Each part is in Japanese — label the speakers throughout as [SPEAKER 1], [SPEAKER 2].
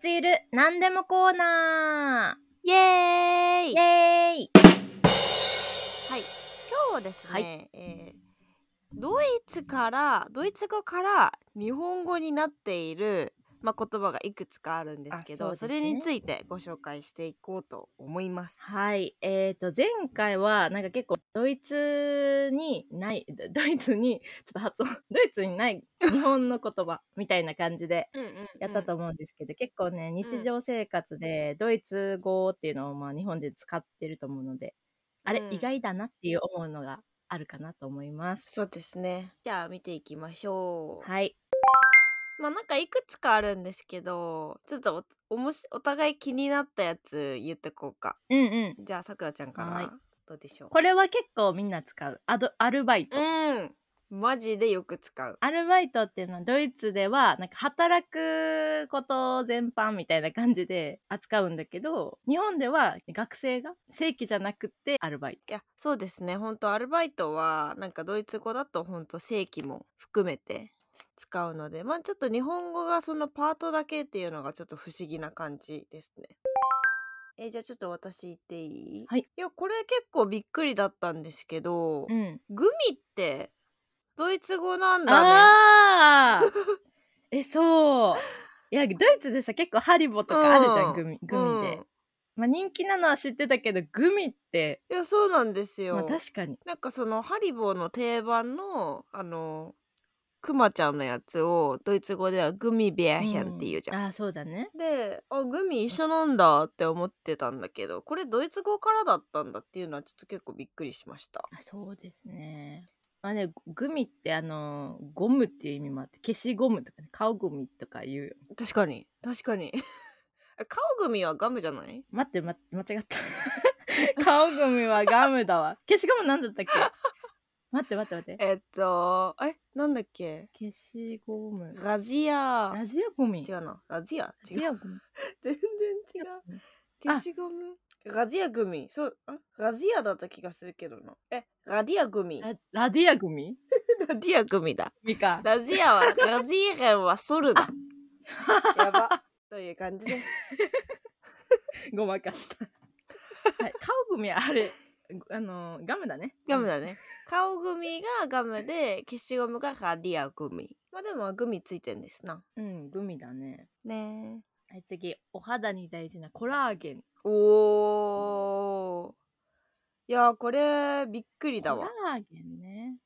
[SPEAKER 1] つゆる何でもコーナ
[SPEAKER 2] イエ
[SPEAKER 1] ー
[SPEAKER 2] ーイ
[SPEAKER 1] イエーイ
[SPEAKER 2] はい、今日はですね、
[SPEAKER 1] はい
[SPEAKER 2] えードイツからドイツ語から日本語になっている、まあ、言葉がいくつかあるんですけど
[SPEAKER 1] あそ
[SPEAKER 2] そう
[SPEAKER 1] ですね
[SPEAKER 2] れについてご紹介していこうと思います。
[SPEAKER 1] はいえー、と前回はなんか結構ドイツにないドドイツにちょっと発音 ドイツにない日本の言葉みたいな感じで
[SPEAKER 2] うんうん
[SPEAKER 1] やったと思うんですけど、結構ね日常生活でドイツ語っていうのをまあ日本人使ってると思うのであれ、
[SPEAKER 2] うん
[SPEAKER 1] 意外だなっていう思うのがあるかなと思います。
[SPEAKER 2] そうですねじゃあ見ていきましょう。
[SPEAKER 1] はい、
[SPEAKER 2] まあなんかいくつかあるんですけどちょっとおおもしお互い気になったやつ言ってこうか
[SPEAKER 1] うんうん、
[SPEAKER 2] じゃあさくらちゃんか
[SPEAKER 1] はい
[SPEAKER 2] らどうでしょう
[SPEAKER 1] これは結構みんな使うアドアルバイト、
[SPEAKER 2] うんマジでよく使う。
[SPEAKER 1] アルバイトっていうのはドイツではなんか働くこと全般みたいな感じで扱うんだけど日本では学生が正規じゃなくてアルバイト
[SPEAKER 2] いやそうですね本当アルバイトはなんかドイツ語だと本当正規も含めて使うのでまあちょっと日本語がそのパートだけっていうのがちょっと不思議な感じですね。えーじゃあちょっと私言っていい、
[SPEAKER 1] はい、
[SPEAKER 2] やこれ結構びっくりだったんですけど、
[SPEAKER 1] うん
[SPEAKER 2] グミってドイツ語なんだね。
[SPEAKER 1] ああえそういやドイツでさ結構ハリボとかあるじゃん、
[SPEAKER 2] うん
[SPEAKER 1] グミグミで、
[SPEAKER 2] うん
[SPEAKER 1] まあ、人気なのは知ってたけどグミって、
[SPEAKER 2] いやそうなんですよ。
[SPEAKER 1] まあ、確かに
[SPEAKER 2] なんかそのハリボーの定番のあのクマちゃんのやつをドイツ語ではグミベアヒャンっていうじゃん。
[SPEAKER 1] ああそうだね
[SPEAKER 2] であグミ一緒なんだって思ってたんだけどこれドイツ語からだったんだっていうのはちょっと結構びっくりしました
[SPEAKER 1] あそうですねまあねグミってあのゴムっていう意味もあって消しゴムとか、ね、顔ゴミとか言うよ
[SPEAKER 2] 確かに確かに あ顔グミはガムじゃない
[SPEAKER 1] 待って、ま、間違った 顔ゴムはガムだわ消しゴムなんだったっけ待って待って待って
[SPEAKER 2] えっとえなんだっけ
[SPEAKER 1] 消しゴム
[SPEAKER 2] ラジア
[SPEAKER 1] ラジオゴミ
[SPEAKER 2] 違うなラジア違
[SPEAKER 1] ラジ
[SPEAKER 2] う
[SPEAKER 1] オゴミ
[SPEAKER 2] 全然違う消しゴムラジアグミそうあラジアだった気がするけどなえラディアグミ
[SPEAKER 1] ララディアゴミ
[SPEAKER 2] ラディアグミだ
[SPEAKER 1] ミか
[SPEAKER 2] ラジアはラジーレンはソルだ やばという感じです
[SPEAKER 1] ごまかした、はい、顔ゴミはあれあのガムだね
[SPEAKER 2] ガムだね。顔グミがガムで、消しゴムがガリアグミ。まあでもグミついてんですな。
[SPEAKER 1] うんグミだね
[SPEAKER 2] ねえ。
[SPEAKER 1] はい次お肌に大事なコラーゲン
[SPEAKER 2] おー。いやーこれびっくりだ
[SPEAKER 1] コ
[SPEAKER 2] わ。
[SPEAKER 1] ラーゲンね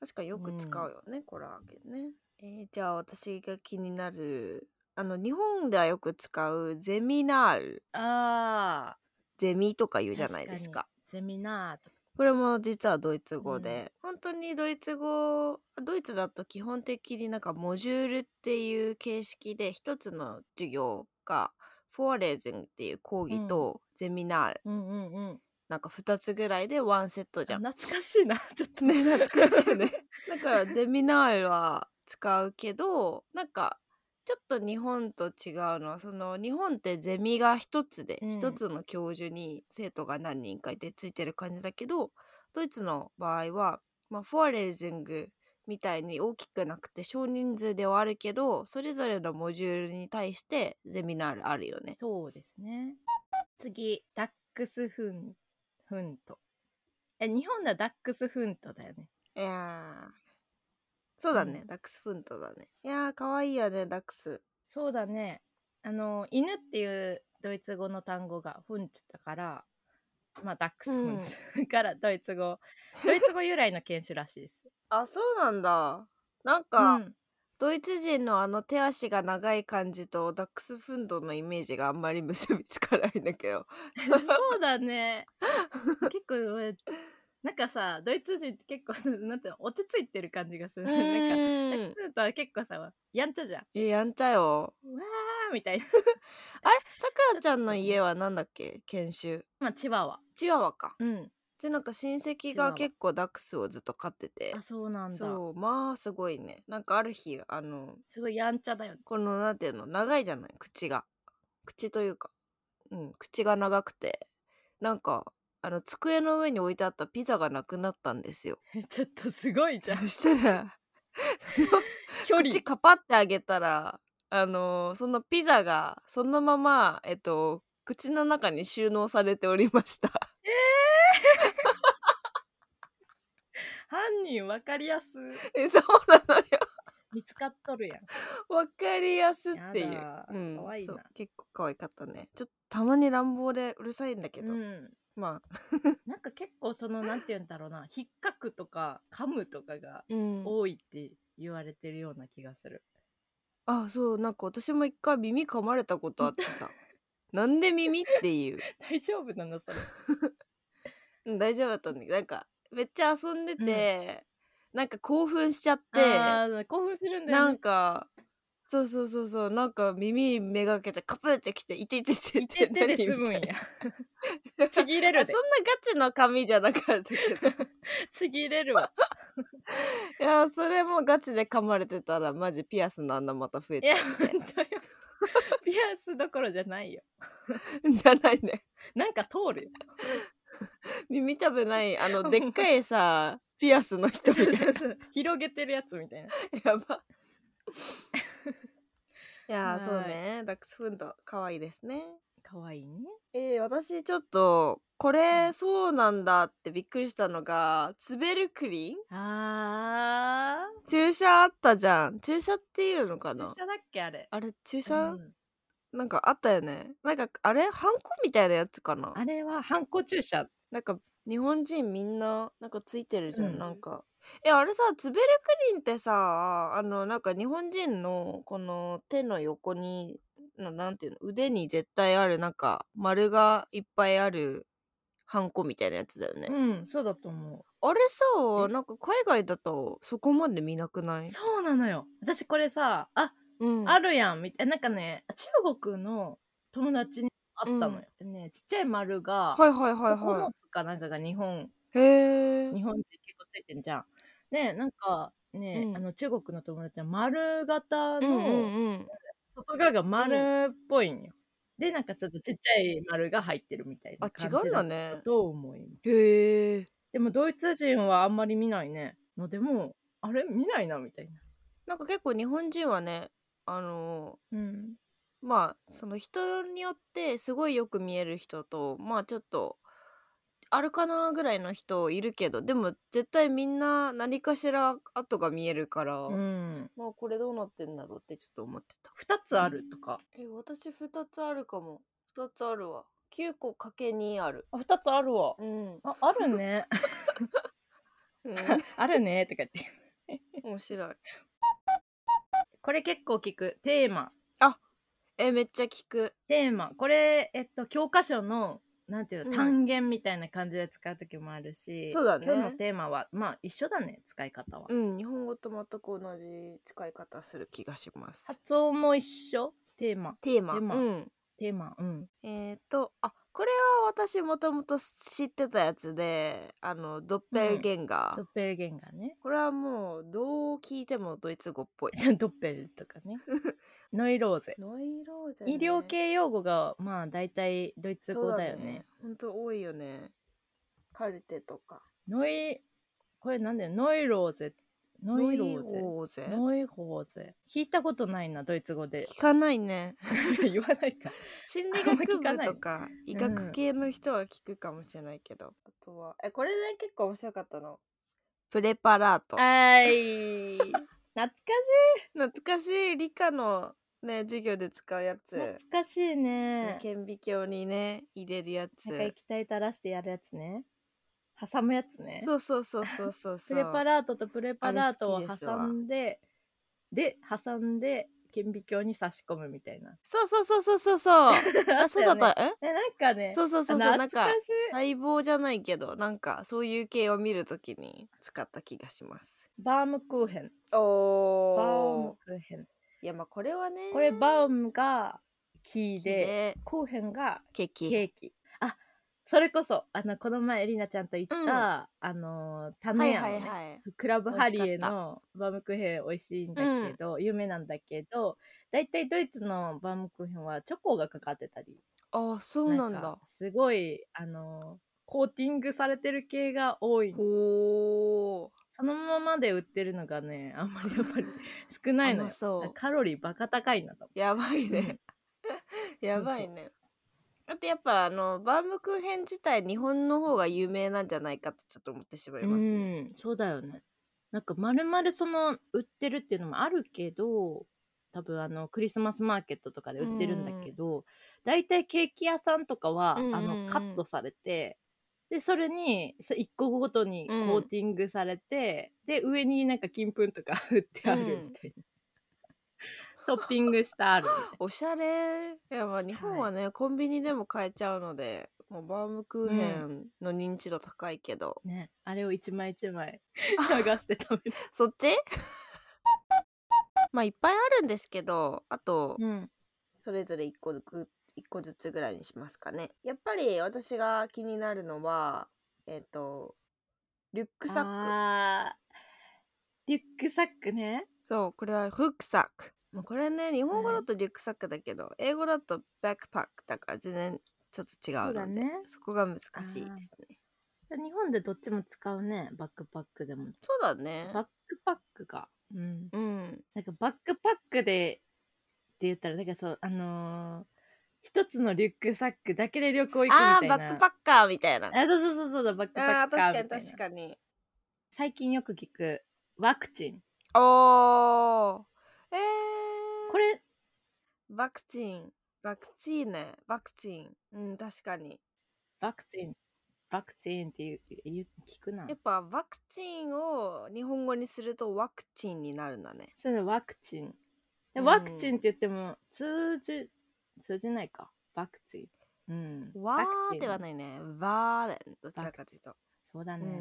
[SPEAKER 2] 確かよく使うよね、コラーゲンね。えーじゃあ私が気になる、あの日本ではよく使うゼミナール、
[SPEAKER 1] あ
[SPEAKER 2] ゼミとか言
[SPEAKER 1] ー
[SPEAKER 2] うじゃないです
[SPEAKER 1] 確
[SPEAKER 2] か
[SPEAKER 1] に。ゼミナーとか
[SPEAKER 2] これも実はドイツ語で、本当にドイツ語ドイツだと基本的になんかモジュールっていう形式で一つの授業がフォーレーズンっていう講義とゼミナール、
[SPEAKER 1] うんうんうん
[SPEAKER 2] なんか2つぐらいでワンセットじゃん。
[SPEAKER 1] 懐かしいな ちょっと
[SPEAKER 2] ね懐かしいよね だからゼミナールは使うけどなんかちょっと日本と違うのはその日本ってゼミが一つで
[SPEAKER 1] うん
[SPEAKER 2] 一、つの教授に生徒が何人かいてついてる感じだけどドイツの場合は、まあ、フォアレージングみたいに大きくなくて少人数ではあるけどそれぞれのモジュールに対してゼミナールあるよ ね。
[SPEAKER 1] そうですね次ダックスフンフントえ日本ではダックスフントだよね
[SPEAKER 2] いやーそうだね、
[SPEAKER 1] う
[SPEAKER 2] ダックスフントだね。いやー可愛いよねダックス。
[SPEAKER 1] そうだねあの犬っていうドイツ語の単語がフンチだからまあダックスフンチ、からドイツ語ドイツ語由来の犬種らしいです、
[SPEAKER 2] あそうなんだなん
[SPEAKER 1] う
[SPEAKER 2] か、
[SPEAKER 1] ん、
[SPEAKER 2] ドイツ人のあの手足が長い感じとダックスフンドのイメージがあんまり結びつかないんだけど
[SPEAKER 1] そうだね結構俺なんかさドイツ人って結構 なんていうの落ち着いてる感じがする なんかダッ
[SPEAKER 2] ん
[SPEAKER 1] クスフントは結構さやんちゃじゃん
[SPEAKER 2] え やんちゃよ
[SPEAKER 1] うわーみたいな
[SPEAKER 2] あれさくらちゃんの家はなんだっけ研修
[SPEAKER 1] まあチワワ
[SPEAKER 2] チワワか
[SPEAKER 1] うん
[SPEAKER 2] でなんか親戚
[SPEAKER 1] チワ
[SPEAKER 2] が
[SPEAKER 1] ワ
[SPEAKER 2] 結構ダックスをずっと飼ってて
[SPEAKER 1] あそうなんだ
[SPEAKER 2] そうまあすごいねなんかある日あの
[SPEAKER 1] すごいやんちゃだよね
[SPEAKER 2] このなんていうの長いじゃない口が口というか、うん、口が長くてなんかあの机の上に置いてあったピザがなくなった んですよ
[SPEAKER 1] ちょっ とすごいじ
[SPEAKER 2] そ
[SPEAKER 1] ゃん
[SPEAKER 2] したら
[SPEAKER 1] 距離
[SPEAKER 2] 口カパってあげたらあのーそのピザがそのまま、えっと、口の中に収納されておりました。
[SPEAKER 1] 犯人分かりやす
[SPEAKER 2] えそうなのよ。
[SPEAKER 1] 見つかっとるやん
[SPEAKER 2] わかりやすっていう
[SPEAKER 1] やだ。
[SPEAKER 2] うん、
[SPEAKER 1] 可愛いな
[SPEAKER 2] そう結構可愛かったね。ちょっとたまに乱暴でうるさいんだけど、
[SPEAKER 1] うん、
[SPEAKER 2] まあ、
[SPEAKER 1] なんか結構そのなんて言うんだろうな引っかくとか噛むとかが
[SPEAKER 2] うん
[SPEAKER 1] 多いって言われてるような気がする、
[SPEAKER 2] あそうなんか私も一回耳噛まれたことあってさなんで耳っていう
[SPEAKER 1] 大丈夫なのそれ
[SPEAKER 2] うん大丈夫だったんだけどなんかめっちゃ遊んでて、なんか興奮しちゃって
[SPEAKER 1] あー興奮するんだ
[SPEAKER 2] な
[SPEAKER 1] よ、
[SPEAKER 2] ん
[SPEAKER 1] ね、
[SPEAKER 2] かそうそうそうそうなんか耳めがけてカプってきていていてて
[SPEAKER 1] いててで済むんや ちぎれ
[SPEAKER 2] 何みたいな
[SPEAKER 1] る
[SPEAKER 2] あそ
[SPEAKER 1] で
[SPEAKER 2] んなガチの髪じゃなかったけ どい
[SPEAKER 1] ちぎれるわ
[SPEAKER 2] やそれもガチで噛まれてたらマジピアスの穴また増え
[SPEAKER 1] い
[SPEAKER 2] ちゃ
[SPEAKER 1] や本当よ ピアスどころじゃないよ
[SPEAKER 2] う じゃないね
[SPEAKER 1] なんか通 るよ
[SPEAKER 2] 耳たぶないあのでっかいさピアスの人みたいな
[SPEAKER 1] 広げてるやつみたいな
[SPEAKER 2] やば。い
[SPEAKER 1] は
[SPEAKER 2] や
[SPEAKER 1] ー
[SPEAKER 2] ー
[SPEAKER 1] い
[SPEAKER 2] そうねダックスフンド可愛いですね
[SPEAKER 1] 可愛いね
[SPEAKER 2] えー、私ちょっとこれそうなんだってびっくりしたのがツベルクリン
[SPEAKER 1] あ
[SPEAKER 2] 注射あったじゃん注射っていうのか
[SPEAKER 1] ー注
[SPEAKER 2] な
[SPEAKER 1] 射だっけあれ
[SPEAKER 2] あれ注射、
[SPEAKER 1] うん
[SPEAKER 2] なんかあったよねなんかあれハンコみたいなやつかな
[SPEAKER 1] あれは反抗注射
[SPEAKER 2] なんか日本人みんななんかついてるじゃん、
[SPEAKER 1] うん
[SPEAKER 2] なんかえあれさツベルクリンってさあのなんか日本人のこの手の横にななんていうの腕に絶対あるなんか丸がいっぱいあるハンコみたいなやつだよね、
[SPEAKER 1] うんそうだと思う
[SPEAKER 2] あれさ
[SPEAKER 1] え
[SPEAKER 2] なんか海外だとそこまで見なくない、
[SPEAKER 1] そうなのよ。私これさ、あ、
[SPEAKER 2] うん、
[SPEAKER 1] あるやん、みたいな。なんかね、中国の友達に会ったのよ。ね、ちっちゃい丸が、
[SPEAKER 2] はいはいはい
[SPEAKER 1] 9
[SPEAKER 2] は
[SPEAKER 1] つかなんかが日本、
[SPEAKER 2] いへえ
[SPEAKER 1] 日本人結構ついてんじゃん。ね、なんかね、
[SPEAKER 2] うん
[SPEAKER 1] あの中国の友達は丸型
[SPEAKER 2] うんうん
[SPEAKER 1] の、
[SPEAKER 2] うん
[SPEAKER 1] 外側が丸っぽいんよ。で、なんかちょっとちっちゃい丸が入ってるみたい
[SPEAKER 2] あ
[SPEAKER 1] な
[SPEAKER 2] 違
[SPEAKER 1] 感じ
[SPEAKER 2] うん
[SPEAKER 1] だ
[SPEAKER 2] だ
[SPEAKER 1] っ
[SPEAKER 2] ね
[SPEAKER 1] たと思います。
[SPEAKER 2] へえ
[SPEAKER 1] でもドイツ人はあんまり見ないね。のでも、あれ見ないな、みたいな。
[SPEAKER 2] なんか結構日本人はねあのー
[SPEAKER 1] うん。
[SPEAKER 2] まあその人によってすごいよく見える人とまあちょっとあるかなぐらいの人いるけどでも絶対みんな何かしら跡が見えるから、
[SPEAKER 1] うん。
[SPEAKER 2] まあこれどうなってんだろうってちょっと思ってた
[SPEAKER 1] 二つあるとか。
[SPEAKER 2] え私2つあるかも2つあるわ9個かけ2ある
[SPEAKER 1] あ、二つあるわ。
[SPEAKER 2] うん、
[SPEAKER 1] あ、あるね。 あるね。とか言って。
[SPEAKER 2] 面白い
[SPEAKER 1] これ結構聞く。テーマ。
[SPEAKER 2] えめっちゃ聞く
[SPEAKER 1] テーマ。これ、えっと、教科書の、なんていうの、
[SPEAKER 2] うん
[SPEAKER 1] 単元みたいな感じで使う時もあるし、
[SPEAKER 2] そうだね
[SPEAKER 1] 今日のテーマは、まあ、一緒だね、使い方は。
[SPEAKER 2] うん日本語と全く同じ使い方する気がします
[SPEAKER 1] 発音も一緒テーマ。
[SPEAKER 2] テーマ
[SPEAKER 1] テーマ
[SPEAKER 2] うん
[SPEAKER 1] テーマ。うん。
[SPEAKER 2] えー、とあこれは私もともと知ってたやつであのドッペルゲンガー、
[SPEAKER 1] ドッペルゲンガーね。
[SPEAKER 2] これはもうどう聞いてもドイツ語っぽい
[SPEAKER 1] ドッペルとか ね。 ノイローゼ。
[SPEAKER 2] ノイローゼね
[SPEAKER 1] 医療系用語が、まあ、大体ドイツ語だよ
[SPEAKER 2] そう
[SPEAKER 1] ね。
[SPEAKER 2] ほんと多いよねカルテとか
[SPEAKER 1] ノイ、これなんだよ、ノイローゼ。ノイローゼ。ノ
[SPEAKER 2] ノイローゼ
[SPEAKER 1] イホーゼ。聞いたことないな、ドイツ語で。
[SPEAKER 2] 聞かないね
[SPEAKER 1] 言わないか。
[SPEAKER 2] 心理
[SPEAKER 1] あんま
[SPEAKER 2] 学
[SPEAKER 1] 聞か
[SPEAKER 2] 部
[SPEAKER 1] ない
[SPEAKER 2] とか医学系の人は聞くかもしれないけど、あとはえこれね結構面白かったのプレパラート
[SPEAKER 1] はい。懐か
[SPEAKER 2] 懐かしい理科のね授業で使うや
[SPEAKER 1] しい。
[SPEAKER 2] つ
[SPEAKER 1] 懐かしいね。
[SPEAKER 2] 顕微鏡にね入れるやつ
[SPEAKER 1] なんか液体垂らしてやるやつね。挟むやつね。
[SPEAKER 2] そうそうそうそうそうそ
[SPEAKER 1] プ
[SPEAKER 2] う
[SPEAKER 1] レパラートとプレパラート
[SPEAKER 2] あ
[SPEAKER 1] を
[SPEAKER 2] れ好き
[SPEAKER 1] 挟
[SPEAKER 2] ですわ
[SPEAKER 1] んで、で、挟んで、顕微鏡に差し込むみたいな。
[SPEAKER 2] そうそうそうそうそうそうあそうだ
[SPEAKER 1] よね
[SPEAKER 2] ったえ
[SPEAKER 1] え、なんかね、
[SPEAKER 2] そうそうそうそうなん
[SPEAKER 1] 懐
[SPEAKER 2] か
[SPEAKER 1] かしい。
[SPEAKER 2] 細胞じゃないけどなんかそういう系を見るときに使った気がします
[SPEAKER 1] バームクーヘン。バーム
[SPEAKER 2] お
[SPEAKER 1] クーヘン。
[SPEAKER 2] いやまあこれはね
[SPEAKER 1] これバウムが木
[SPEAKER 2] 木
[SPEAKER 1] でコーヘンが
[SPEAKER 2] ケーキ
[SPEAKER 1] ケーキあそれこそあのこの前エリナちゃんと行った、
[SPEAKER 2] うん
[SPEAKER 1] あのタ
[SPEAKER 2] は
[SPEAKER 1] ネ
[SPEAKER 2] い
[SPEAKER 1] ヤの
[SPEAKER 2] は
[SPEAKER 1] ね、
[SPEAKER 2] いはい
[SPEAKER 1] クラブハリ
[SPEAKER 2] 美
[SPEAKER 1] エ
[SPEAKER 2] 味しかった
[SPEAKER 1] のバウムクーヘン美味しいんだけど、有名なんだけどだいたいドイツのバウムクーヘンはチョコがかかってたり
[SPEAKER 2] あそうなん
[SPEAKER 1] か
[SPEAKER 2] だ
[SPEAKER 1] すごいあのコーティングされてる系が多い
[SPEAKER 2] おー
[SPEAKER 1] そのままで売ってるのがねあんまりやっぱり少ないの
[SPEAKER 2] あ
[SPEAKER 1] よ
[SPEAKER 2] そう
[SPEAKER 1] カロリーバカ高いなと
[SPEAKER 2] やばいねやばいねあとやっぱあのバームクーヘン自体日本の方が有名なんじゃないかとちょっと思ってしまいますね
[SPEAKER 1] うんそうだよねなんかまるまるその売ってるっていうのもあるけど多分あのクリスマスマーケットとかで売ってるんだけど大体、ケーキ屋さんとかは、
[SPEAKER 2] うんうんうん
[SPEAKER 1] あのカットされてでそれにそ1個ごとにコーティングされて、で上になんか金粉とか 振ってあるみたいな、 トッピングしたあるみたいな
[SPEAKER 2] おしゃれいやまあ日本はね、コンビニでも買えちゃうのでもうバームクーヘンの認知度高いけど、
[SPEAKER 1] ね、あれを一枚一枚剥がして食べる。
[SPEAKER 2] そっち まあいっぱいあるんですけどあと
[SPEAKER 1] うん、
[SPEAKER 2] それぞれ1個ずつ一個ずつぐらいにしますかねやっぱり私が気になるのはえっ、とリュックサック
[SPEAKER 1] あーリュックサックね。
[SPEAKER 2] そうこれはフックサックもうこれね日本語だとリュックサックだけど、英語だとバックパックだから全然ちょっと違うの
[SPEAKER 1] そ
[SPEAKER 2] で
[SPEAKER 1] うだね
[SPEAKER 2] そこが難しいですね
[SPEAKER 1] 日本でどっちも使うねバックパックでも
[SPEAKER 2] そうだね
[SPEAKER 1] バックパックがうん
[SPEAKER 2] うん
[SPEAKER 1] なんかバックパックでって言ったらなんかそうあのー一つのリュックサックだけで旅行行くみた
[SPEAKER 2] あー
[SPEAKER 1] いな
[SPEAKER 2] バックパッカーみたいな
[SPEAKER 1] あそうそうそうそうそうバックパ
[SPEAKER 2] あ
[SPEAKER 1] ッ
[SPEAKER 2] ー
[SPEAKER 1] ク
[SPEAKER 2] 確かに確
[SPEAKER 1] に
[SPEAKER 2] かに
[SPEAKER 1] 最近よく聞くワクチン
[SPEAKER 2] おーえー、
[SPEAKER 1] これ
[SPEAKER 2] ワクチンワクチンねワクチンうん確かに
[SPEAKER 1] ワクチンワクチンっていう言う聞くな
[SPEAKER 2] やっぱワクチンを日本語にするとワクチンになるんだね
[SPEAKER 1] そういうのワクチンで
[SPEAKER 2] うん
[SPEAKER 1] ワクチンって言っても通じ通じないかワクチンうん
[SPEAKER 2] わ
[SPEAKER 1] ワクチ
[SPEAKER 2] ー
[SPEAKER 1] ン
[SPEAKER 2] ではないねわーだねどちらかというと、
[SPEAKER 1] そうだ
[SPEAKER 2] う
[SPEAKER 1] ね、
[SPEAKER 2] ん、い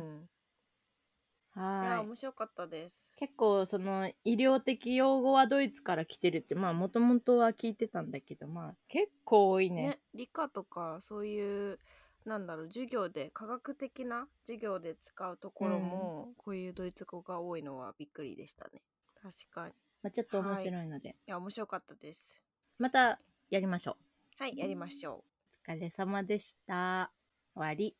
[SPEAKER 1] は
[SPEAKER 2] や
[SPEAKER 1] ーい
[SPEAKER 2] 面白かったです
[SPEAKER 1] 結構その医療的用語はドイツから来てるってまあもともとは聞いてたんだけどまあ結構多いね
[SPEAKER 2] ね理科とかそういうなんだろう授業で科学的な授業で使うところも、こういうドイツ語が多いのはびっくりでしたね確かにい
[SPEAKER 1] まあ、ちょっと面白いので、
[SPEAKER 2] や面白かったです
[SPEAKER 1] またやりましょ
[SPEAKER 2] はいやりましょう
[SPEAKER 1] うお疲れ様でした終わり